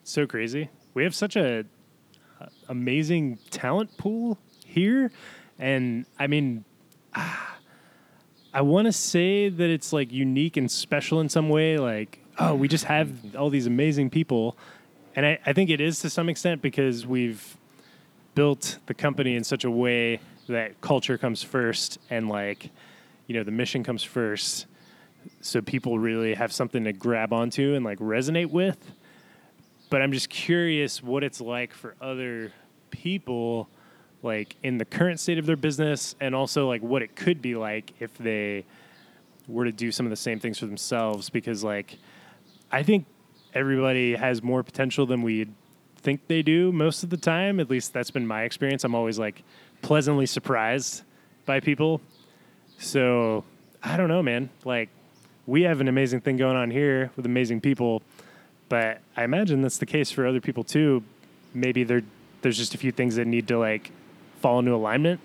B: it's so crazy. We have such a a- amazing talent pool here, and I mean. ah, I want to say that it's like unique and special in some way. Like, oh, we just have all these amazing people. And I, I think it is to some extent because we've built the company in such a way that culture comes first and like you know the mission comes first so people really have something to grab onto and like resonate with but i'm just curious what it's like for other people like in the current state of their business and also like what it could be like if they were to do some of the same things for themselves because like I think everybody has more potential than we think they do most of the time. At least that's been my experience. I'm always like pleasantly surprised by people. So I don't know, man. Like we have an amazing thing going on here with amazing people, but I imagine that's the case for other people too. Maybe there there's just a few things that need to like fall into alignment.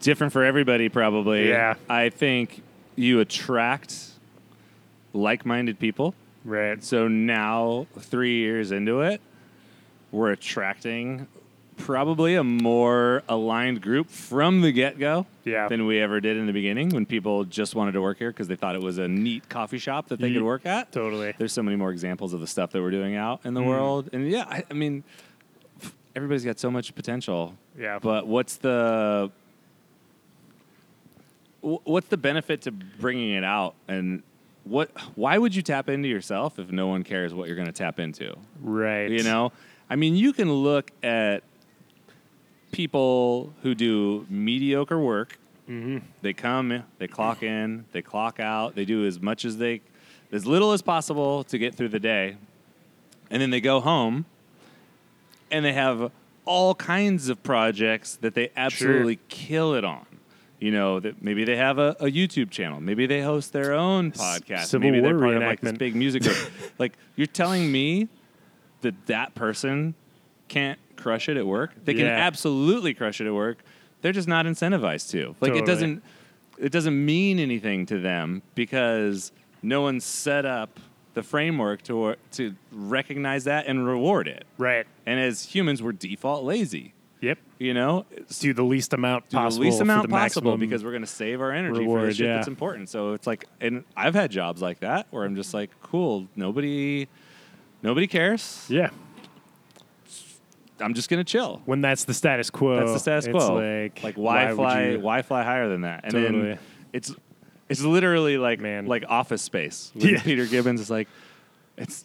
C: Different for everybody, probably.
B: Yeah.
C: I think you attract like-minded people.
B: Right.
C: So now, three years into it, we're attracting probably a more aligned group from the get go
B: Yeah.
C: than we ever did in the beginning when people just wanted to work here because they thought it was a neat coffee shop that they
B: Ye-
C: could work at.
B: Totally.
C: There's so many more examples of the stuff that we're doing out in the world. And yeah, I, I mean, f- everybody's got so much potential.
B: Yeah.
C: But what's the wh- what's the benefit to bringing it out and what why would you tap into yourself if no one cares what you're going to tap into
B: Right.
C: you know i mean you can look at people who do mediocre work they come they clock in they clock out they do as much as they as little as possible to get through the day and then they go home and they have all kinds of projects that they absolutely kill it on you know that maybe they have a, a youtube channel maybe they host their own podcast
B: Civil
C: maybe they're
B: War
C: part of like this
B: reenactment.
C: big music
B: [LAUGHS]
C: group like you're telling me that that person can't crush it at work. They can
B: Yeah.
C: absolutely crush it at work. They're just not incentivized to. Like
B: Totally.
C: it doesn't it doesn't mean anything to them because no one set up the framework to to recognize that and reward it.
B: Right.
C: And as humans, we're default lazy.
B: Yep.
C: You know,
B: Do the least amount
C: do the
B: possible.
C: least
B: for
C: amount
B: the
C: possible
B: maximum.
C: because we're going to save our energy for the
B: reward,
C: shit
B: yeah.
C: that's important. So it's like, and I've had jobs like that where I'm just like, cool, nobody, nobody cares.
B: yeah.
C: I'm just going to chill.
B: When that's the status quo.
C: That's the status
B: it's
C: quo.
B: Like,
C: why,
B: would
C: fly?
B: you-
C: Why fly higher than that? And
B: Totally.
C: then it's it's literally like
B: Man.
C: like Office
B: [LAUGHS]
C: Space. When
B: Yeah.
C: Peter Gibbons is like, it's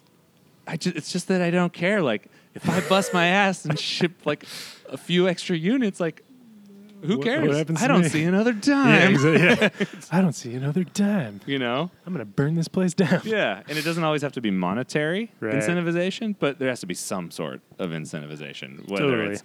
C: I just it's just that I don't care. Like if I bust my ass and ship like a few extra units, like who
B: What-
C: cares?
B: what happens
C: I
B: to
C: don't
B: me?
C: see another
B: [LAUGHS] Yeah,
C: dime. [LAUGHS]
B: exactly, yeah. I don't see another dime.
C: You know.
B: I'm gonna burn this place down.
C: Yeah, and it doesn't always have to be monetary
B: Right.
C: incentivization, but there has to be some sort of incentivization, whether
B: Totally.
C: it's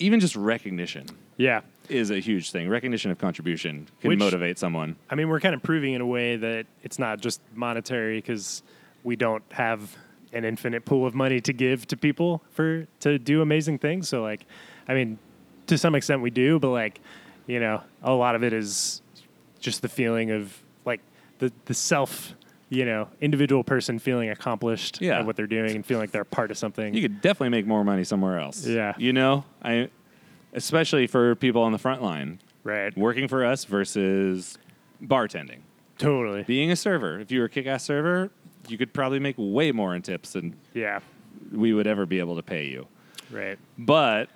C: even just recognition
B: Yeah.
C: is a huge thing. Recognition of contribution can
B: Which-
C: motivate someone.
B: I mean, we're kind of proving in a way that it's not just monetary because we don't have an infinite pool of money to give to people for to do amazing things. So, like, I mean, to some extent we do, but like, you know, a lot of it is just the feeling of like the the self, you know, individual person feeling accomplished
C: Yeah.
B: at what they're doing and feeling like they're a part of something.
C: You could definitely make more money somewhere else.
B: Yeah.
C: You know, I especially for people on the front line
B: right.
C: working for us versus bartending.
B: Totally.
C: Being a server, if you were a kick-ass server, you could probably make way more in tips than
B: yeah.
C: we would ever be able to pay you.
B: Right.
C: But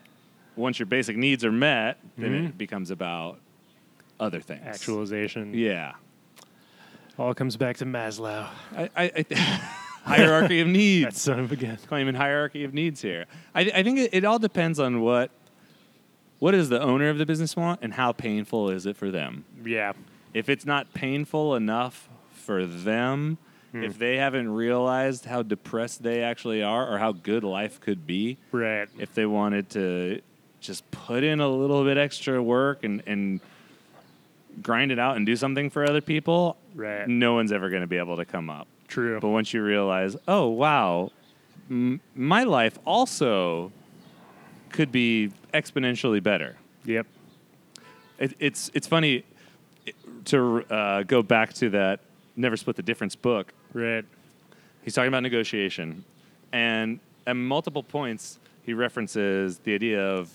C: once your basic needs are met, then it becomes about other things.
B: Actualization.
C: Yeah.
B: All comes back
C: [LAUGHS]
B: to Maslow.
C: I, I, I hierarchy of needs.
B: That son of a gun.
C: claiming hierarchy of needs here. I, I think it, it all depends on what what does the owner of the business want and how painful is it for them.
B: Yeah.
C: If it's not painful enough for them, if they haven't realized how depressed they actually are or how good life could be,
B: Right.
C: if they wanted to just put in a little bit extra work and and grind it out and do something for other people,
B: Right.
C: no one's ever going to be able to come up.
B: True.
C: But once you realize, oh wow, m- my life also could be exponentially better.
B: Yep.
C: It, it's it's funny it- to uh, go back to that "Never Split the Difference" book.
B: Right.
C: He's talking about negotiation, and at multiple points he references the idea of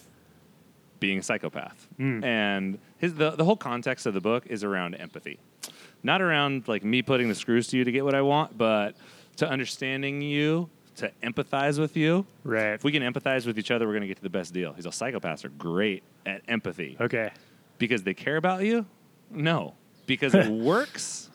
C: being a psychopath. And his the, the whole context of the book is around empathy. Not around like me putting the screws to you to get what I want, but to understanding you, to empathize with you.
B: Right.
C: If we can empathize with each other, we're going to get to the best deal. He's all psychopaths are great at empathy
B: okay.
C: because they care about you? No, because it works.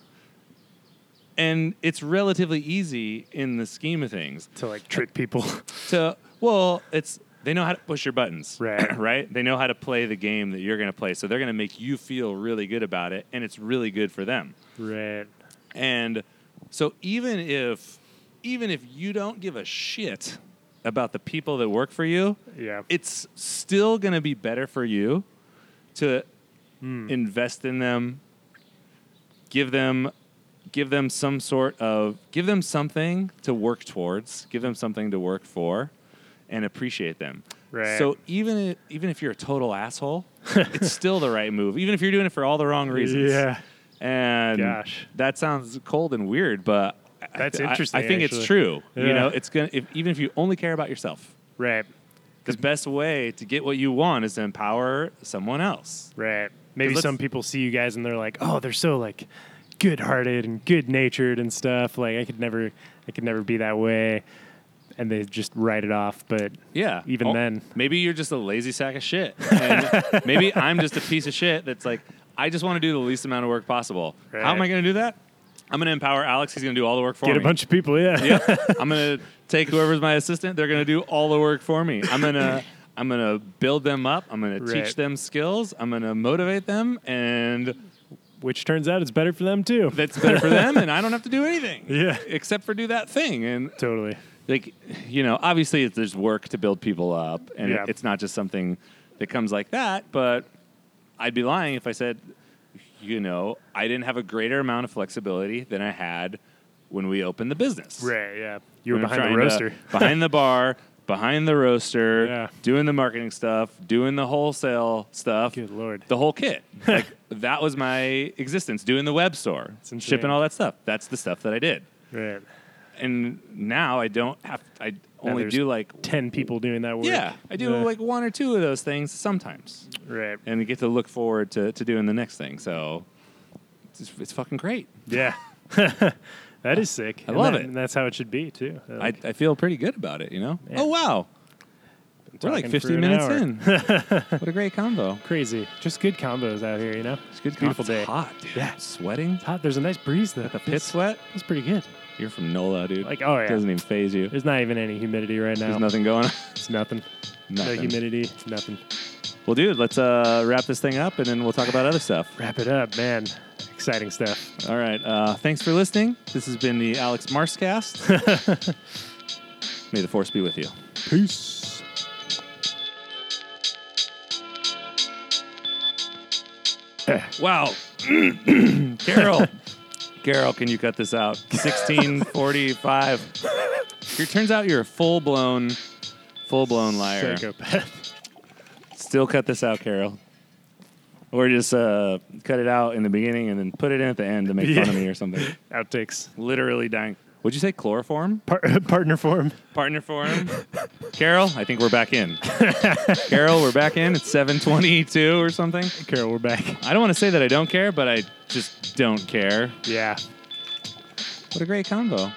C: And it's relatively easy in the scheme of things
B: To like trick
C: [LAUGHS]
B: people.
C: to well, it's they know how to push your buttons, [CLEARS THROAT]
B: Right.
C: right? They know how to play the game that you're going to play, so they're going to make you feel really good about it, and it's really good for them.
B: right.
C: And so even if even if you don't give a shit about the people that work for you,
B: Yeah.
C: it's still going to be better for you to
B: Hmm.
C: invest in them, give them give them some sort of give them something to work towards, give them something to work for and appreciate them.
B: Right.
C: So even if, even if you're a total asshole,
B: [LAUGHS]
C: it's still the right move. Even if you're doing it for all the wrong reasons.
B: Yeah.
C: And
B: Gosh.
C: that sounds cold and weird, but I-
B: That's
C: I-
B: interesting,
C: I, think
B: actually.
C: it's true.
B: Yeah.
C: You know, it's gonna if, even if you only care about yourself,
B: Right.
C: the best way to get what you want is to empower someone else.
B: Right. Maybe
C: let's-
B: some people see you guys and they're like, "Oh, they're so like good-hearted and good-natured and stuff. Like I could never I could never be that way." And they just write it off, but
C: Yeah. Oh,
B: Even then.
C: [LAUGHS] maybe you're just a lazy sack of shit. And maybe I'm just a piece of shit that's like, I just want to do the least amount of work possible. How am
B: Right.
C: I going to do that? I'm going to empower Alex. He's going to do all the work for
B: Get
C: me.
B: a bunch of people, yeah.
C: [LAUGHS] yeah. I'm gonna take whoever's my assistant. They're gonna do all the work for me. I'm gonna I'm gonna build them up. I'm gonna
B: Right.
C: teach them skills. I'm gonna motivate them, and
B: Which turns out it's better for them too.
C: that's better for them. And I don't have to do [LAUGHS] anything.
B: Yeah.
C: Except for do that thing. And
B: totally.
C: like, you know, obviously it's, there's work to build people up, and
B: Yeah.
C: it's not just something that comes like that. But I'd be lying if I said, you know, I didn't have a greater amount of flexibility than I had when we opened the business.
B: Right, yeah. You were
C: I'm
B: behind the
C: trying to-
B: roaster.
C: [LAUGHS] behind the bar, behind the roaster,
B: Yeah.
C: doing the marketing stuff, doing the wholesale stuff.
B: Good lord.
C: The whole
B: [LAUGHS]
C: kit. like that was my existence, doing the web store,
B: insane.
C: shipping all that stuff. That's the stuff that I did.
B: Right.
C: And now I don't have I only
B: there's
C: do like
B: Ten people doing that work.
C: yeah, I do
B: [LAUGHS] Yeah.
C: like one or two of those things sometimes.
B: Right.
C: And you get to look forward to, to doing the next thing. So it's, it's fucking great.
B: Yeah. [LAUGHS] that is sick.
C: I
B: And
C: love
B: that-
C: it.
B: And that's how it should be too.
C: I,
B: Like,
C: I feel pretty good about it, you know?
B: Yeah.
C: Oh wow. We're
B: talking
C: like
B: for
C: 15
B: an
C: minutes
B: hour.
C: in.
B: [LAUGHS]
C: what a great combo.
B: crazy. Just good combos out here, you know?
C: It's good.
B: Beautiful
C: It's
B: day.
C: hot, dude.
B: Yeah.
C: sweating.
B: It's hot. There's a nice breeze though.
C: The pit sweat.
B: That's pretty good.
C: You're from NOLA, dude.
B: Like, oh, yeah.
C: Doesn't even phase you.
B: There's not even any humidity right now.
C: There's nothing going on. [LAUGHS]
B: It's nothing.
C: nothing.
B: No humidity. Nothing.
C: Well, dude, let's uh, wrap this thing up, and then we'll talk about other stuff.
B: Wrap it up, man. Exciting stuff.
C: All right. Uh, thanks for listening. This has been the Alex Marscast. [LAUGHS] May the force be with you.
B: Peace.
C: [COUGHS] Wow. Carol. [LAUGHS] Carol, can you cut this out? [LAUGHS] 1645. It turns out you're a full blown, full blown liar.
B: Psychopath. [LAUGHS]
C: Still cut this out, Carol. Or just uh, cut it out in the beginning and then put it in at the end to make fun
B: Yeah.
C: of me or something.
B: Outtakes.
C: [LAUGHS] Literally dying. Would you say chloroform?
B: Par- [LAUGHS] partner form.
C: Partner form? Carol, I think we're back [LAUGHS] in. Carol, we're back in. It's 722 or something.
B: Carol, we're back.
C: I don't want to say that I don't care, but I just don't care.
B: Yeah.
C: What a great combo.